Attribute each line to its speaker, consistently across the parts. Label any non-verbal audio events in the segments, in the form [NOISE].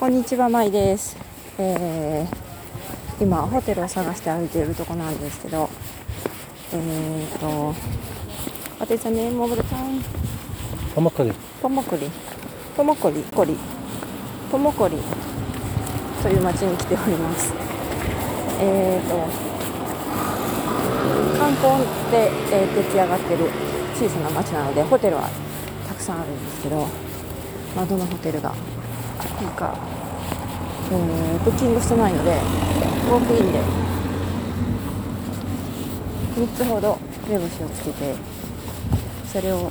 Speaker 1: こんにちは、まいです。えー今、ホテルを探して歩いているとこなんですけど、えーと、What is the name of the town?
Speaker 2: Pamukkale.
Speaker 1: ポモコリ、ポモコリ、コリ、ポモコリという町に来ております。えーと、観光で、えー出来上がってる小さな町なので、ホテルはたくさんあるんですけど、まあ、どのホテルがいいか、えーブッキングしてないので、ウォークインで3つほど目星をつけて、それをこ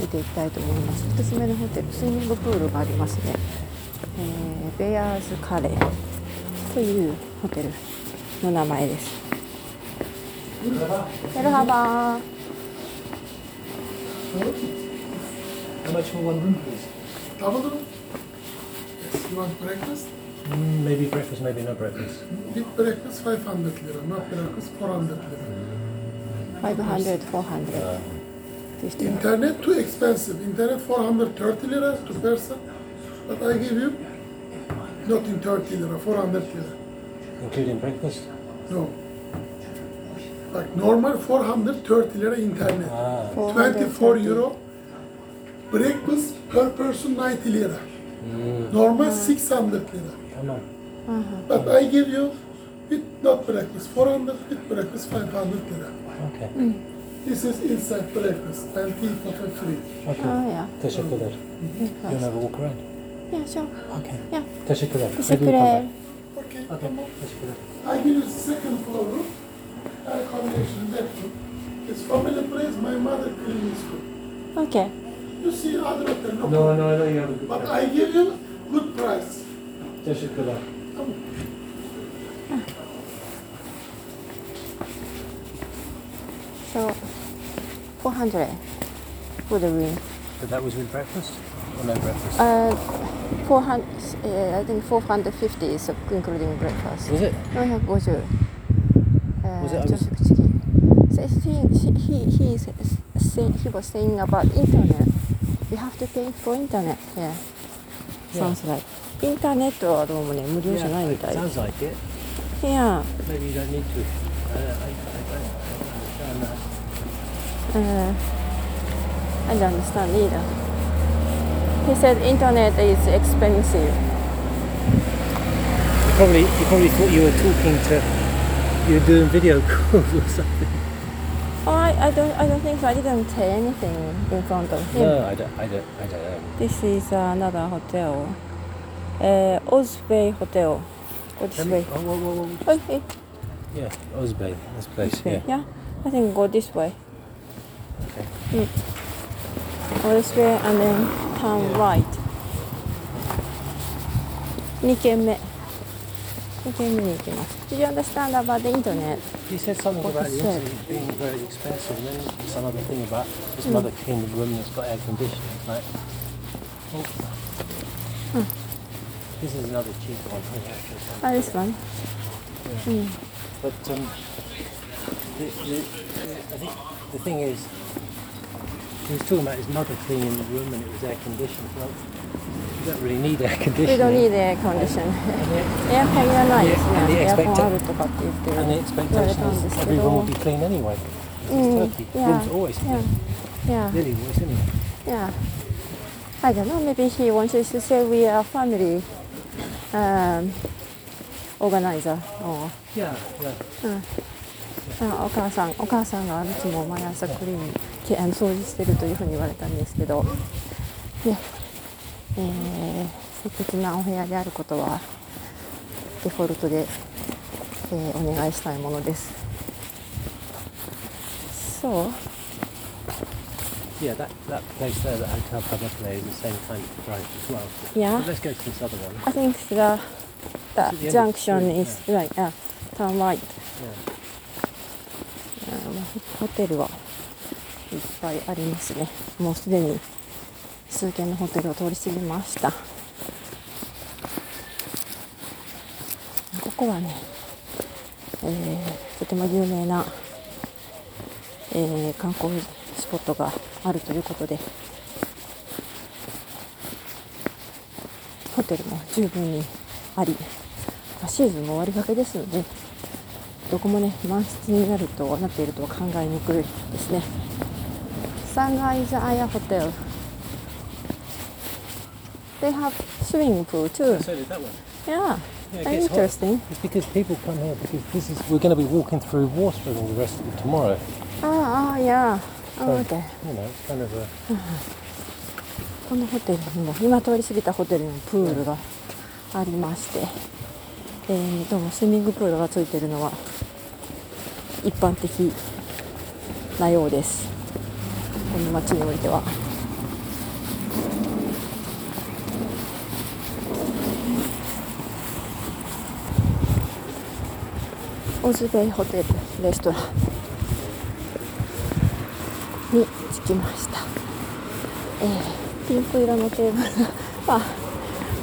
Speaker 1: う見ていきたいと思います1つ目のホテルスイミングプールがありますね、えーベアーズカレーというホテルの名前ですヘルハバー
Speaker 2: How much for one room, please?
Speaker 3: Double room? Yes, you want breakfast?
Speaker 2: Mm, maybe breakfast, maybe no breakfast.
Speaker 3: With breakfast 500 lira, not breakfast 400 lira.
Speaker 1: 500、400 this thing.
Speaker 3: Internet too expensive. Internet 430 lira to person. But I give you not in 30 lira, 400 lira.
Speaker 2: Including breakfast?
Speaker 3: No. Like normal 430 lira internet.
Speaker 2: Ah,
Speaker 3: 24 euro. Breakfast per person 90 lira. Normal 600 lira.
Speaker 2: come on.
Speaker 3: But I give you with not breakfast 400, with breakfast 500 lira.
Speaker 2: Okay.
Speaker 1: Mm.
Speaker 3: This is inside breakfast and tea for free.
Speaker 2: Okay.
Speaker 1: Oh yeah.
Speaker 2: Teşekkürler. You'll have a walk around?
Speaker 1: Yeah, sure.
Speaker 2: Okay.
Speaker 1: Yeah.
Speaker 2: Teşekkürler. Maybe we'll
Speaker 1: Teşekkürler.
Speaker 2: come
Speaker 3: Okay.
Speaker 2: back. Okay. Teşekkürler.
Speaker 3: I give you second floor room, air conditioning bedroom. It's family place, my mother clean this room.
Speaker 1: Okay.
Speaker 3: You see other hotel, no,
Speaker 2: No,
Speaker 3: problem.
Speaker 2: no, no, you have a good
Speaker 3: But
Speaker 2: time.
Speaker 3: I give you good price.
Speaker 2: Teşekkürler.
Speaker 1: So 400 for the room.
Speaker 2: But that was with breakfast? Or no breakfast?
Speaker 1: Uh, 400, uh, I think 450 is including breakfast.
Speaker 2: Was it?
Speaker 1: 450. Uh,
Speaker 2: Was it- I was-
Speaker 1: Joseph Chiki. So he, he, he, is saying, he was saying about internet. You have to pay for internet. Yeah. Sounds like. インターネットはどうもね、無料じゃないみ
Speaker 2: it
Speaker 1: たい。
Speaker 2: sounds like it.
Speaker 1: Yeah.
Speaker 2: Maybe you don't need to. I, I, I don't understand that.
Speaker 1: Uh, I don't understand either. He said internet is expensive.
Speaker 2: You probably, you probably thought you were talking to... You were doing video [LAUGHS] calls or something.
Speaker 1: Oh, I, I don't I don't think so. I didn't say anything in front of him.
Speaker 2: No, I don't, I don't, I don't know.
Speaker 1: This is another hotel. Uh, Osway Hotel. Go this way.
Speaker 2: Oh, whoa, whoa, whoa.
Speaker 1: Oh, hey,
Speaker 2: Yeah, Osbay, this place,
Speaker 1: this [LAUGHS]
Speaker 2: yeah.
Speaker 1: way. Yeah. I think go this way.
Speaker 2: Okay.
Speaker 1: Go this way and then turn right. 2軒目。2軒目に行きます。Did you understand about the internet?
Speaker 2: You said something
Speaker 1: What
Speaker 2: about
Speaker 1: he
Speaker 2: the
Speaker 1: said.
Speaker 2: internet being very expensive, and then some other thing about his
Speaker 1: Hmm.
Speaker 2: mother cleaned the room that's got air conditioning. It's like, oh. This is another cheap one. yeah, okay,
Speaker 1: Ah, this one.
Speaker 2: But um, the, the, I think the thing is, he was talking about his mother cleaning the room and it was air conditioned. Well, you don't really need air conditioning.
Speaker 1: You don't need air condition.
Speaker 2: And the,
Speaker 1: エアコンいらないですね
Speaker 2: And。the
Speaker 1: エアコ
Speaker 2: expecta-
Speaker 1: ンあるとかって言ってる言
Speaker 2: and the
Speaker 1: われ
Speaker 2: expectation
Speaker 1: たんで
Speaker 2: is
Speaker 1: すけ
Speaker 2: everyone will
Speaker 1: ど
Speaker 2: be。clean anyway. It's
Speaker 1: Mm,
Speaker 2: Turkey.
Speaker 1: yeah,
Speaker 2: Rooms always
Speaker 1: yeah.
Speaker 2: clean.
Speaker 1: Yeah.
Speaker 2: Really always anyway.
Speaker 1: Yeah. I don't know, maybe he wants us to say we are family um, organizer or
Speaker 2: Yeah, yeah.
Speaker 1: あお母さんお母さんがいつも毎朝クリーンきあの掃除してるというふうに言われたんですけど、ねえー素敵なお部屋であることはデフォルトで、えーお願いしたいものです。そう
Speaker 2: Yeah, that, that place there, that Hotel Publicale, is the same kind of price as well.
Speaker 1: Yeah. Uh,
Speaker 2: But let's go to this other one.
Speaker 1: I think the, the
Speaker 2: the end of
Speaker 1: junction
Speaker 2: the
Speaker 1: is right, uh, turn right.
Speaker 2: Yeah.
Speaker 1: ホテルはいっぱいありますね。もうすでに数軒のホテルを通り過ぎました。ここはね、えーとても有名な、えー観光スポットがあるということで、ホホテルも十分にあり、まあシーズンも終わりがけですので、どこもね、満室になるとなっているとは考えにくいですね。サンガイズアヤホテル。They have swimming pool too.
Speaker 2: So did that one.
Speaker 1: Yeah,
Speaker 2: Yeah, it
Speaker 1: very
Speaker 2: gets hot.
Speaker 1: interesting.
Speaker 2: It's because people come here because this is we're going to be walking through Warsaw all the rest of tomorrow.
Speaker 1: Ah, ah, yeah. Oh, okay.
Speaker 2: You know, it's kind of a
Speaker 1: このホテルにも今通り過ぎたホテルにもプールがありまして、えーどうもスイミングプールがついてるのは一般的なようですこの街においてはオズベイホテルレストランに着きましたピンク色のテーブルが、まあ、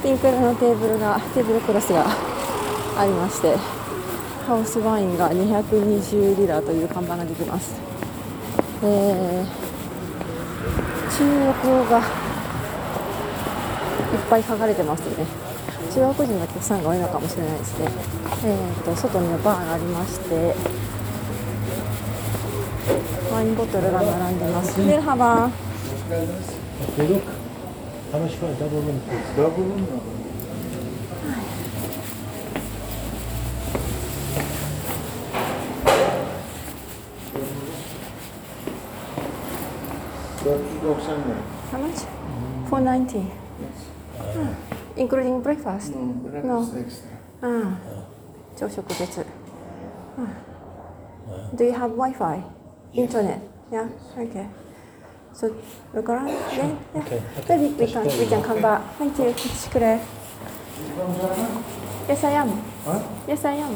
Speaker 1: ピンク色のテーブルが、テーブルクロスがありまして、ハウスワインが220リラという看板ができます。えー中国語がいっぱい書かれてますね。中国人のお客さんが多いのかもしれないですね。えー、と外にはバーがありまして、ワインボトルが並んでます。メルハバー
Speaker 2: Okay, look. How much for a double room? please?
Speaker 4: Double room. Doksan lira.
Speaker 1: How much? 490. Including breakfast?
Speaker 4: No, breakfast extra.
Speaker 1: うん朝食別。うん Do you have Wi-Fi? Internet? Yeah? Okay. So, look around again? Yeah.
Speaker 2: Okay,
Speaker 1: Maybe we can, we can come back. Thank you. してくれ。Yes, I am.
Speaker 4: Huh?
Speaker 1: Yes, I am.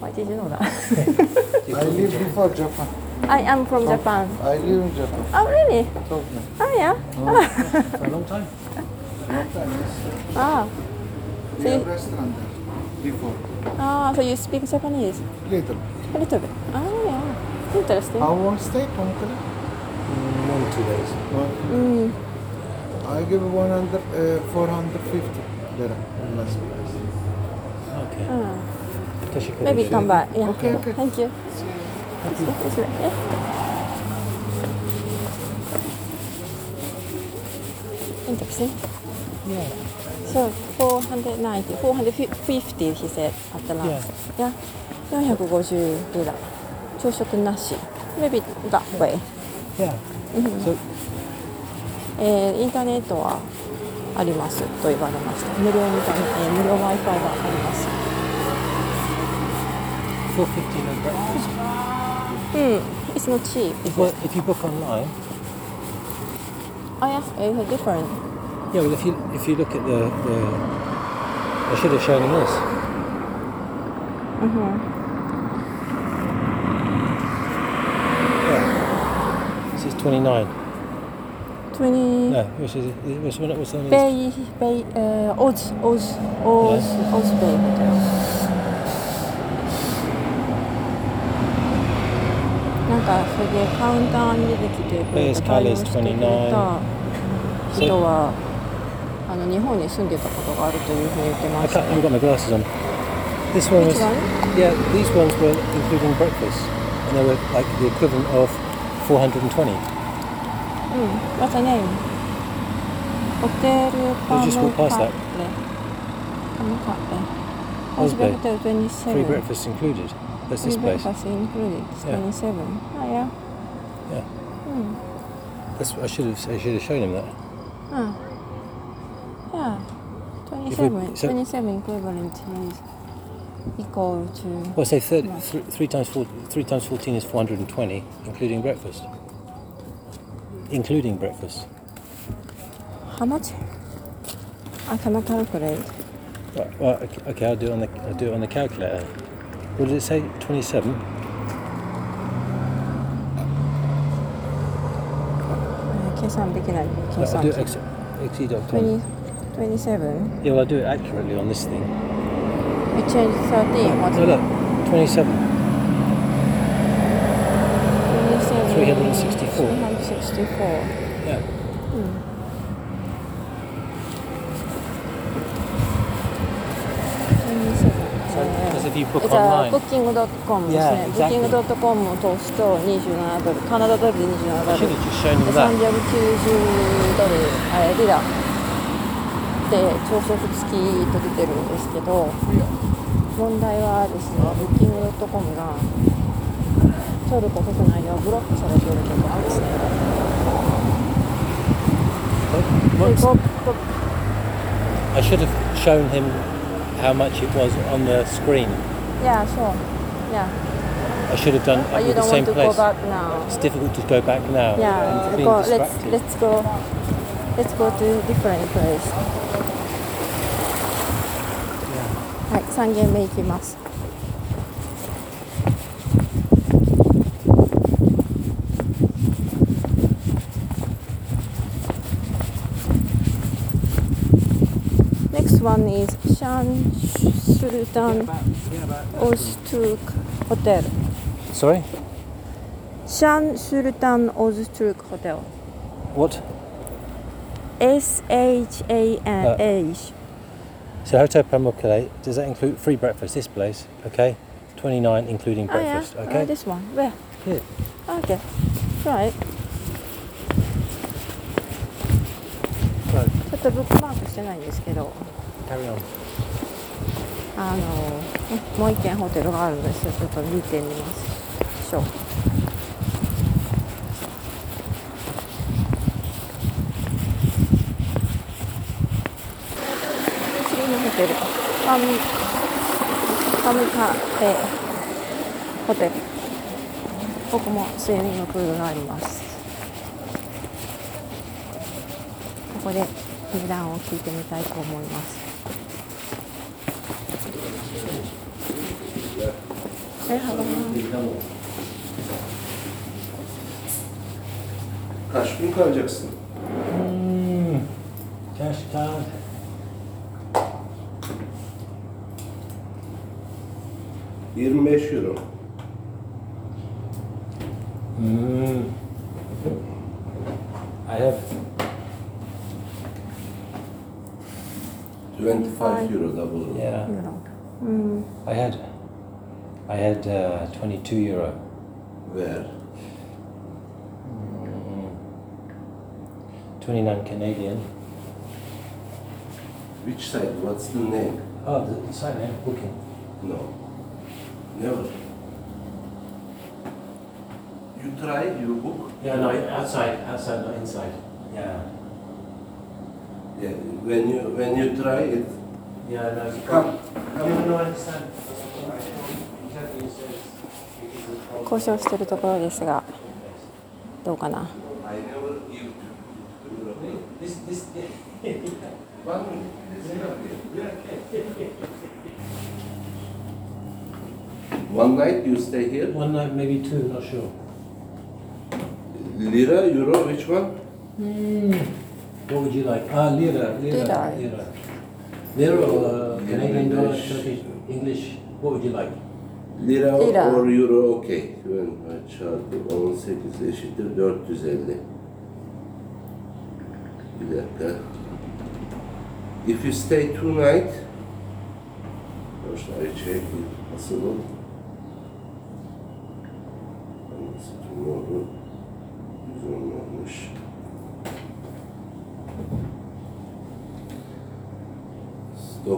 Speaker 1: Why did you know that?
Speaker 4: I live before Japan.
Speaker 1: [LAUGHS] I am from
Speaker 2: Oh.
Speaker 1: Japan.
Speaker 4: I live in Japan.
Speaker 1: Oh, really?
Speaker 4: Tokyo.
Speaker 1: Oh, yeah.
Speaker 2: For a long time.
Speaker 1: [LAUGHS]
Speaker 4: Long time. yes.
Speaker 1: Ah.
Speaker 4: We
Speaker 1: So you-
Speaker 4: have restaurant there before.
Speaker 1: Ah, so you speak Japanese?
Speaker 4: Little.
Speaker 1: A little bit. Oh, yeah. Interesting.
Speaker 4: How long stay, uncle?
Speaker 2: Mm, One, two days.
Speaker 4: I give 100, uh, 450 lira last price.
Speaker 2: Okay. Toshiko,
Speaker 1: Maybe
Speaker 2: you-
Speaker 1: come back. Yeah.
Speaker 4: Okay, okay.
Speaker 1: Thank you. This way, yeah. interesting.
Speaker 2: Yeah.
Speaker 1: So 490, 450 he said at the last. Yeah. 450リラ。朝食なし。Maybe that way.
Speaker 2: Yeah.
Speaker 1: Mm-hmm.
Speaker 2: So
Speaker 1: えーインターネットはありますと言われました。無料インターネえー無料 Wi-Fi があります。
Speaker 2: four fifty no breakfast.
Speaker 1: うん。It's not cheap.
Speaker 2: If, well, if you book online,
Speaker 1: I asked if it's different.
Speaker 2: yeah. Well, if you if you look at the the, I should have shown you this.
Speaker 1: Mm-hmm.
Speaker 2: Yeah. This is twenty nine.
Speaker 1: Mm. 20
Speaker 2: No, which is which one? What's the name? of this?
Speaker 1: Bay, Bay, uh, Oz, Oz, Oz,
Speaker 2: Yeah.
Speaker 1: Oz Bay Hotel. なんかそれでカウンターに出てきてくれ
Speaker 2: Bay's
Speaker 1: た
Speaker 2: Palace
Speaker 1: 対応してくれた人はあの日本に住んでたことがあるというふうに言ってま
Speaker 2: I
Speaker 1: し
Speaker 2: can't, I
Speaker 1: た。
Speaker 2: haven't got my glasses on. This one
Speaker 1: Which
Speaker 2: was.
Speaker 1: one?
Speaker 2: Yeah, these ones were including breakfast, and they were like the equivalent of 420.
Speaker 1: うん、What's her name? ホテルパ
Speaker 2: We
Speaker 1: ム
Speaker 2: just walked
Speaker 1: カ
Speaker 2: past
Speaker 1: ッレ
Speaker 2: that.。
Speaker 1: パムカッレ。
Speaker 2: Oz Bay.
Speaker 1: ホテル27。
Speaker 2: Free breakfast included. That's this
Speaker 1: Free
Speaker 2: place.
Speaker 1: breakfast included. 27. Yeah. Oh, yeah.
Speaker 2: Yeah.
Speaker 1: Hmm.
Speaker 2: That's what I should have. I should have shown him that.
Speaker 1: Ah. Yeah.
Speaker 2: If
Speaker 1: 27,
Speaker 2: we- so-
Speaker 1: 27 equivalent is equal to.
Speaker 2: Well, say 30,
Speaker 1: Right.
Speaker 2: thr- three times four, three times fourteen is 420, including breakfast. Including breakfast.
Speaker 1: How much? I cannot calculate.
Speaker 2: Right, well, okay, okay, I'll do it on the I'll do it on the calculator. What did it say? 27.
Speaker 1: Uh, 計算できない。計
Speaker 2: I'll
Speaker 1: 算
Speaker 2: do it ex- XE.com.
Speaker 1: 20 27.
Speaker 2: Yeah, well, I'll do it accurately on this thing.
Speaker 1: We change 13. What?
Speaker 2: No, look, 27.
Speaker 1: 27.
Speaker 2: 364.
Speaker 1: 364.
Speaker 2: Yeah. if you book
Speaker 1: じゃあ、ブ
Speaker 2: online.
Speaker 1: ッキングドットコムですねブッ
Speaker 2: Yeah,。
Speaker 1: キ
Speaker 2: exactly.
Speaker 1: ングドットコムを通すと27ドル、カナダドルで27
Speaker 2: I
Speaker 1: ド
Speaker 2: should
Speaker 1: ル、
Speaker 2: have just
Speaker 1: 390
Speaker 2: shown them that.
Speaker 1: ドル、あれリラで朝食付きと出てるんですけど、問題はですね、ブッキングドットコムがトルコ国内ではブロックされているところですね。で
Speaker 2: What's-
Speaker 1: ごご
Speaker 2: I should have shown him how much it was on the screen.
Speaker 1: Yeah, sure. Yeah.
Speaker 2: I should have done
Speaker 1: But Oh, you
Speaker 2: I'm at the
Speaker 1: don't want
Speaker 2: same
Speaker 1: to go
Speaker 2: place.
Speaker 1: back now.
Speaker 2: It's difficult to go back now.
Speaker 1: Yeah,
Speaker 2: and being
Speaker 1: go, let's
Speaker 2: distracted.
Speaker 1: let's go. Let's go to different place. はい、三軒目行きます。Next one is Shan Sultan Öztürk Hotel.
Speaker 2: Sorry?
Speaker 1: Shan Sultan Öztürk Hotel.
Speaker 2: What?
Speaker 1: S H A N
Speaker 2: Uh,
Speaker 1: H.
Speaker 2: So Hotel Pamukkale, does that include free breakfast? This place, okay? 29 including
Speaker 1: Oh yeah.
Speaker 2: breakfast,
Speaker 1: Oh,
Speaker 2: okay?
Speaker 1: this one. Where?
Speaker 2: Here.
Speaker 1: Okay. Right.
Speaker 2: はい
Speaker 1: ちょっとブックマークしてないんですけど、
Speaker 2: Carry on.
Speaker 1: あのねもう一軒ホテルがあるので、それちょっと見てみましょう。次のホテル、パムパムカフェホテル。ここもスイミングプールがあります。ここで値段を聞いてみたいと思います。Merhaba.
Speaker 3: Kaç gün kalacaksın?
Speaker 2: Mm. Cash card.
Speaker 3: Hı. 25 euro.
Speaker 2: Mm. I have
Speaker 3: 25 euro da bulur.
Speaker 2: yeah.
Speaker 1: Euro.
Speaker 2: I had I had uh, 22 euro.
Speaker 3: Ver.
Speaker 2: 29 Canadian.
Speaker 3: Which side? What's the name?
Speaker 2: Oh, the sign name booking.
Speaker 3: No. Never. You try, you book.
Speaker 2: Yeah, no, outside, outside, not inside. Yeah.
Speaker 3: Yeah, when you when you try it,
Speaker 2: Yeah, no, you
Speaker 3: come. Come.
Speaker 2: no, I understand. Interview says because of
Speaker 1: 交渉してるところですがどうかな
Speaker 3: I never give euro.
Speaker 2: This, this,
Speaker 3: One minute. This is not it. One night you stay here.
Speaker 2: one night, maybe two, not sure.
Speaker 3: Lira, euro, which one?
Speaker 2: What would you like? Ah, lira, lira,
Speaker 1: Lira.
Speaker 2: lira. Lira or uh,
Speaker 3: Lira,
Speaker 2: Canadian dollar,
Speaker 3: English.
Speaker 2: Turkish, English, what would you like?
Speaker 3: Lira,
Speaker 1: Lira.
Speaker 3: or euro okey. Ben çarpı 18 eşittir 450. Bir dakika. If you stay two night, Boşlar çek. Nasıl bu? Nasıl oldu? Güzel olmuş.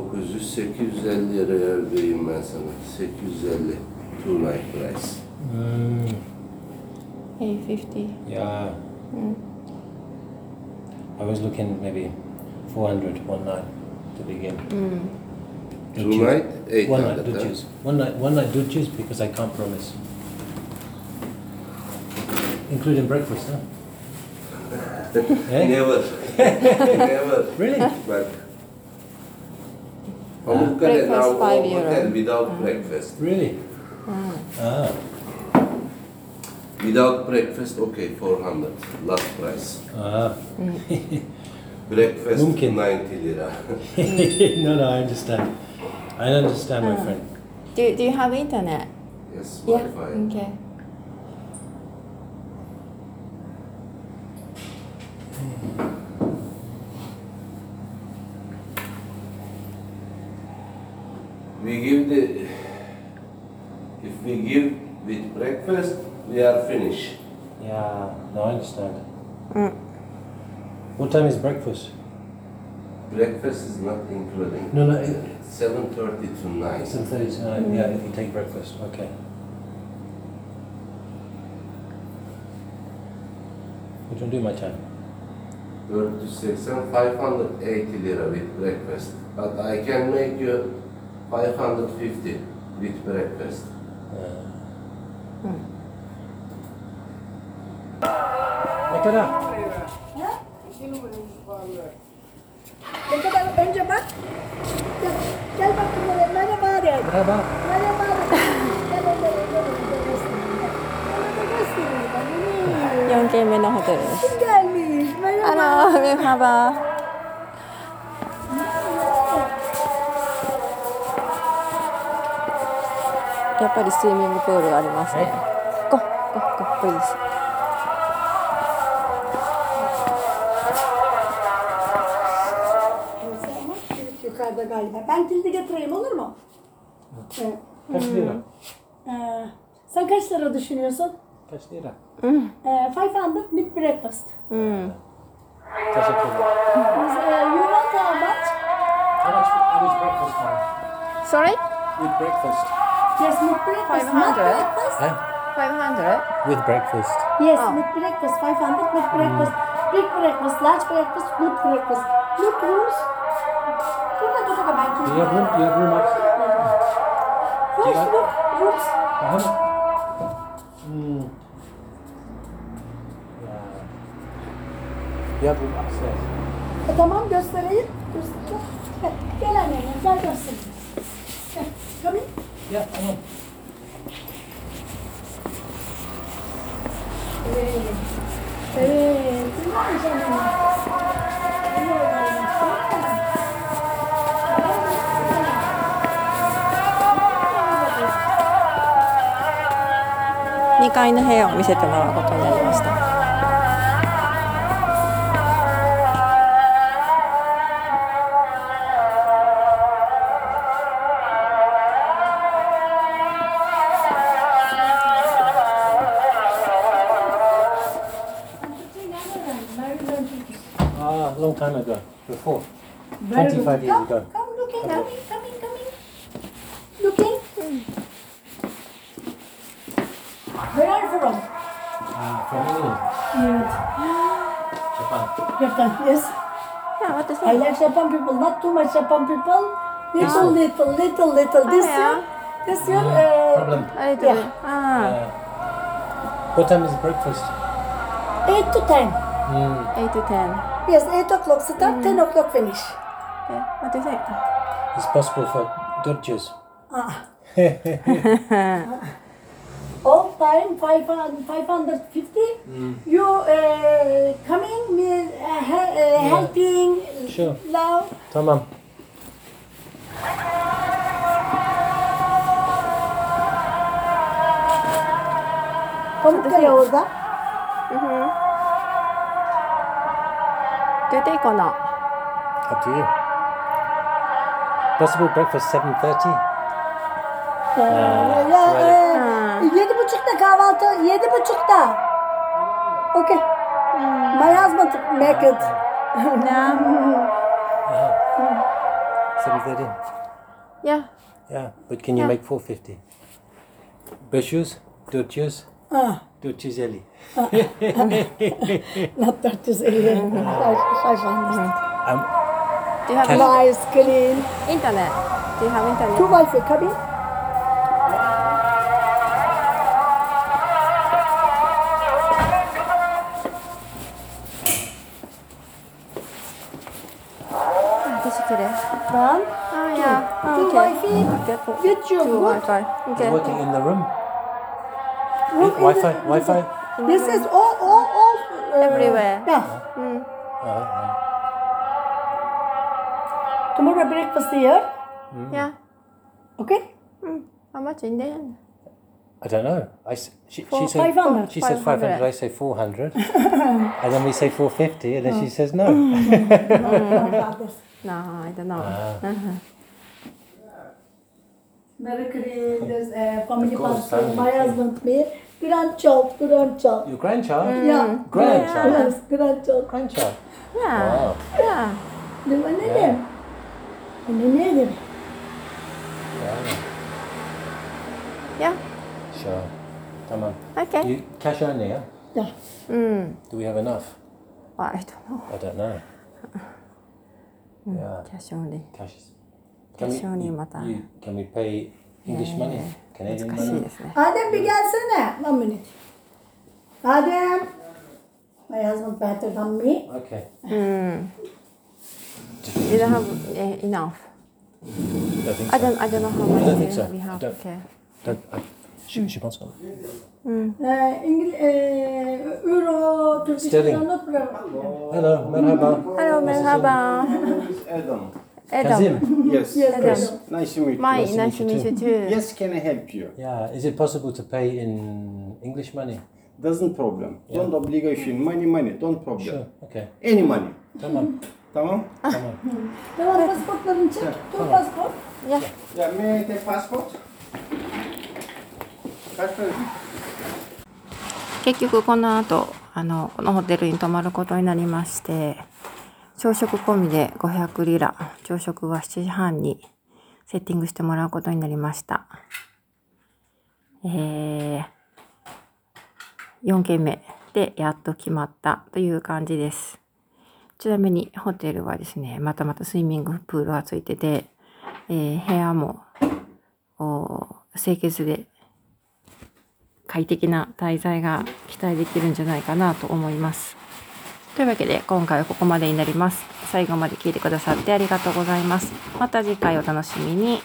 Speaker 3: ...900-850 liraya ödeyeyim ben sana. 850 two night price.
Speaker 2: Mm,
Speaker 1: 850
Speaker 2: yeah. I was looking maybe 400 one night to begin.
Speaker 3: Two
Speaker 2: Duchess.
Speaker 3: night, eight
Speaker 2: One night,
Speaker 3: hundred, huh?
Speaker 2: duchess. One night, one night, duchess, because I can't promise. Including breakfast, [LAUGHS] huh? Eh? [LAUGHS]
Speaker 3: Never. Never.
Speaker 2: Really?
Speaker 3: Bak.
Speaker 1: Uh,
Speaker 3: Pamukkale
Speaker 1: Breakfast
Speaker 3: now
Speaker 1: five
Speaker 3: all hotel
Speaker 1: euro. Uh-huh.
Speaker 3: without breakfast.
Speaker 2: Really? Ah,
Speaker 3: Without breakfast, okay, 400. Last price.
Speaker 2: ah.
Speaker 1: Mm.
Speaker 3: Breakfast,
Speaker 2: Mümkün.
Speaker 3: 90 lira.
Speaker 2: [LAUGHS]
Speaker 3: [LAUGHS]
Speaker 2: no, no, I understand. I understand, my
Speaker 1: Ah.
Speaker 2: friend.
Speaker 1: do, do you have internet?
Speaker 3: yes,
Speaker 1: Yeah
Speaker 3: Wi-Fi.
Speaker 1: Okay
Speaker 3: We give the If we give with breakfast, we are finished.
Speaker 2: Yeah, no, I understand.
Speaker 1: Mm.
Speaker 2: What time is breakfast?
Speaker 3: Breakfast is not including.
Speaker 2: No, no, it-
Speaker 3: Seven thirty to nine.
Speaker 2: Seven thirty to
Speaker 1: Mm.
Speaker 2: nine. Yeah, if you take breakfast, okay. What do you wanna do with my time?
Speaker 3: Thirty six and five hundred eighty lira with breakfast. But I can make you five hundred fifty with breakfast.
Speaker 2: Uh, ne kadar?
Speaker 5: Ne kadar önce bak. Gel, gel bak bunlara. Merhaba de.
Speaker 2: Merhaba.
Speaker 5: Merhaba de. Gel onlara. Gel onlara göstereyim. Gel. Onlara göstereyim. Ben bunu
Speaker 1: 4
Speaker 5: yiyeyim.
Speaker 1: 軒目のホテルです。
Speaker 5: Kim gelmiş? Merhaba.
Speaker 1: あら、メハバー。やっぱりスイミングプールがありますね。ここ、ここ、ここいいです。
Speaker 5: Neyse ama çocuk yukarıda galiba. Ben kilidi getireyim olur mu? Evet. Hmm.
Speaker 2: Kaç lira?
Speaker 5: Ee, sen kaç lira düşünüyorsun?
Speaker 2: Kaç lira?
Speaker 5: Ee, five hundred mid breakfast.
Speaker 2: Teşekkür ederim.
Speaker 5: Biz, e, you want how much?
Speaker 2: How much how much breakfast now?
Speaker 1: Sorry?
Speaker 2: With breakfast.
Speaker 5: Yes, mid breakfast.
Speaker 1: Five
Speaker 5: Not
Speaker 1: hundred.
Speaker 5: breakfast.
Speaker 1: 500?
Speaker 2: With breakfast.
Speaker 5: Yes, with breakfast, 500 with breakfast, big breakfast, large breakfast, good breakfast. Look, rooms. Burada da bana belki.
Speaker 2: Do you have room? Do you have room up?
Speaker 5: First
Speaker 2: Yeah.
Speaker 5: look, rooms.
Speaker 2: How much? Uh-huh. Hmm. Yeah. You have room upstairs.
Speaker 5: E, tamam göstereyim. Göstereyim. Heh, Gel annene, gel göstereyim. Heh, Come in.
Speaker 2: Yeah, come on.
Speaker 5: Evet. Evet. Güzel canım. Güzel olmuş. Güzel olmuş.
Speaker 1: 2階の部屋を見せてもらうことになりました。
Speaker 2: Ah, long time ago. Before. 25
Speaker 5: Very good.
Speaker 2: years
Speaker 5: Come,
Speaker 2: ago.
Speaker 5: Come, looking, coming, coming, coming. Looking. Where are you from?
Speaker 2: Ah, from England.
Speaker 5: Yeah.
Speaker 2: Japan.
Speaker 5: Japan, yes.
Speaker 1: Yeah, what is
Speaker 5: I like Japan people, not too much Japan people. Little, little, little, little. This
Speaker 1: Oh, yeah.
Speaker 5: year, this year, uh,
Speaker 2: Problem.
Speaker 1: あれだね。あ
Speaker 5: Ah.
Speaker 2: What time is breakfast?
Speaker 5: 8 to 10.
Speaker 2: Hmm.
Speaker 1: あ、8 to Hmm. 10。
Speaker 5: Yes, 8 o'clock start, 10 o'clock finish.
Speaker 1: Okay, what do you think?
Speaker 2: It's possible for dodgers.
Speaker 5: Ah. All time 500, 550. You uh, coming, me, uh, he, uh, helping,
Speaker 2: Sure.
Speaker 5: love.
Speaker 2: Tamam.
Speaker 5: Pamukkale orada.
Speaker 1: Do you take or not?
Speaker 2: Up to you. Possible breakfast 7.30?
Speaker 5: Ya, e, yedi buçukta kahvaltı, yedi buçukta. Okay. My husband make it.
Speaker 2: 7.30.
Speaker 1: Yeah.
Speaker 2: Yeah, but can you make 4.50? Böschüs, dodgers,
Speaker 5: Ah,
Speaker 2: dodgerseli.
Speaker 5: not 450.
Speaker 2: Um,
Speaker 1: Do you have
Speaker 2: Can-
Speaker 5: nice, clean.
Speaker 1: internet? Do you have internet?
Speaker 5: Two wifi
Speaker 1: Ah,
Speaker 5: coming.
Speaker 1: Ah, 景色です。
Speaker 5: One,
Speaker 1: Oh yeah. Oh,
Speaker 5: two
Speaker 1: okay.
Speaker 5: wifi.
Speaker 1: Okay, cool.
Speaker 5: With your
Speaker 1: Two
Speaker 5: good
Speaker 1: Wi-Fi. Okay.
Speaker 2: Working in the room.
Speaker 5: room in
Speaker 2: Wi-Fi,
Speaker 5: the-
Speaker 2: Wi-Fi.
Speaker 5: This is all, all, all. e,
Speaker 1: Everywhere.
Speaker 5: Yeah.
Speaker 2: Uh-huh.
Speaker 5: Mm.
Speaker 2: Uh,
Speaker 5: Tomorrow breakfast here.
Speaker 1: Yeah.
Speaker 5: Okay.
Speaker 1: How much in the end?
Speaker 2: I don't know. I s- she, she said
Speaker 5: 500.
Speaker 2: she said
Speaker 1: 500.
Speaker 2: 500. I say 400, and then we say 450, and then she says no.
Speaker 1: Mm-hmm. No, I don't know.
Speaker 5: Mercury, there's a e, family
Speaker 2: Of course,
Speaker 5: party, my
Speaker 2: family.
Speaker 5: husband made grandchild, grandchild.
Speaker 2: Your grandchild?
Speaker 5: Yeah.
Speaker 2: Hmm, Grandchild?
Speaker 5: Yes, grandchild.
Speaker 2: Grandchild.
Speaker 1: Yeah.
Speaker 2: Wow.
Speaker 1: Yeah.
Speaker 5: Benim annem. Anneanneydim.
Speaker 2: Yeah.
Speaker 1: Yeah.
Speaker 2: Sure. Tamam.
Speaker 1: Okay.
Speaker 2: You cash only, yeah?
Speaker 5: Yeah.
Speaker 1: Mm.
Speaker 2: Do we have enough?
Speaker 1: I don't know.
Speaker 2: I don't know. Yeah.
Speaker 1: Cash only.
Speaker 2: Cash is.
Speaker 1: Cash only mata.
Speaker 2: you- can we pay English money? Canadian
Speaker 1: 難しい
Speaker 2: money?
Speaker 1: ですね。
Speaker 5: Adem bir gelsene. One minute. Adem. My husband better than me.
Speaker 1: [LAUGHS]
Speaker 2: Okay.
Speaker 1: You don't have eh, enough.
Speaker 2: I think
Speaker 1: I
Speaker 2: so.
Speaker 1: don't, I don't know how
Speaker 2: I don't think
Speaker 1: much
Speaker 2: so.
Speaker 1: we
Speaker 2: I
Speaker 1: have.
Speaker 2: don't-
Speaker 1: Okay.
Speaker 2: Don't- I- Je, je pense pas.
Speaker 5: Ee, İngil ee, Euro, Türk
Speaker 2: Sterling.
Speaker 5: lira not problem.
Speaker 2: Hello, merhaba.
Speaker 1: Hello, merhaba.
Speaker 6: Uh, is Adam.
Speaker 1: Adam.
Speaker 2: Kazim.
Speaker 6: Yes.
Speaker 1: Adam.
Speaker 6: Nice to meet you.
Speaker 1: My,
Speaker 2: Nice to
Speaker 1: nice to
Speaker 2: meet you
Speaker 1: meet you
Speaker 2: too.
Speaker 1: too.
Speaker 6: Yes, can I help you?
Speaker 2: Yeah, is it possible to pay in English money?
Speaker 6: Doesn't problem. Don't obligation. Money, money. Don't problem.
Speaker 2: Sure. Okay.
Speaker 6: Any money.
Speaker 2: Tamam.
Speaker 6: Tamam?
Speaker 2: Tamam.
Speaker 5: Tamam pasaportlarını çek. Dur pasaport.
Speaker 1: Yeah.
Speaker 6: Yeah, may I take passport? Passport.
Speaker 1: 結局この後あのこのホテルに泊まることになりまして朝食込みで500リラ朝食は7時半にセッティングしてもらうことになりましたえー、4軒目でやっと決まったという感じですちなみにホテルはですねまたまたスイミングプールがついてて、えー部屋もお清潔で快適な滞在が期待できるんじゃないかなと思います。というわけで今回はここまでになります。最後まで聞いてくださってありがとうございます。また次回お楽しみに。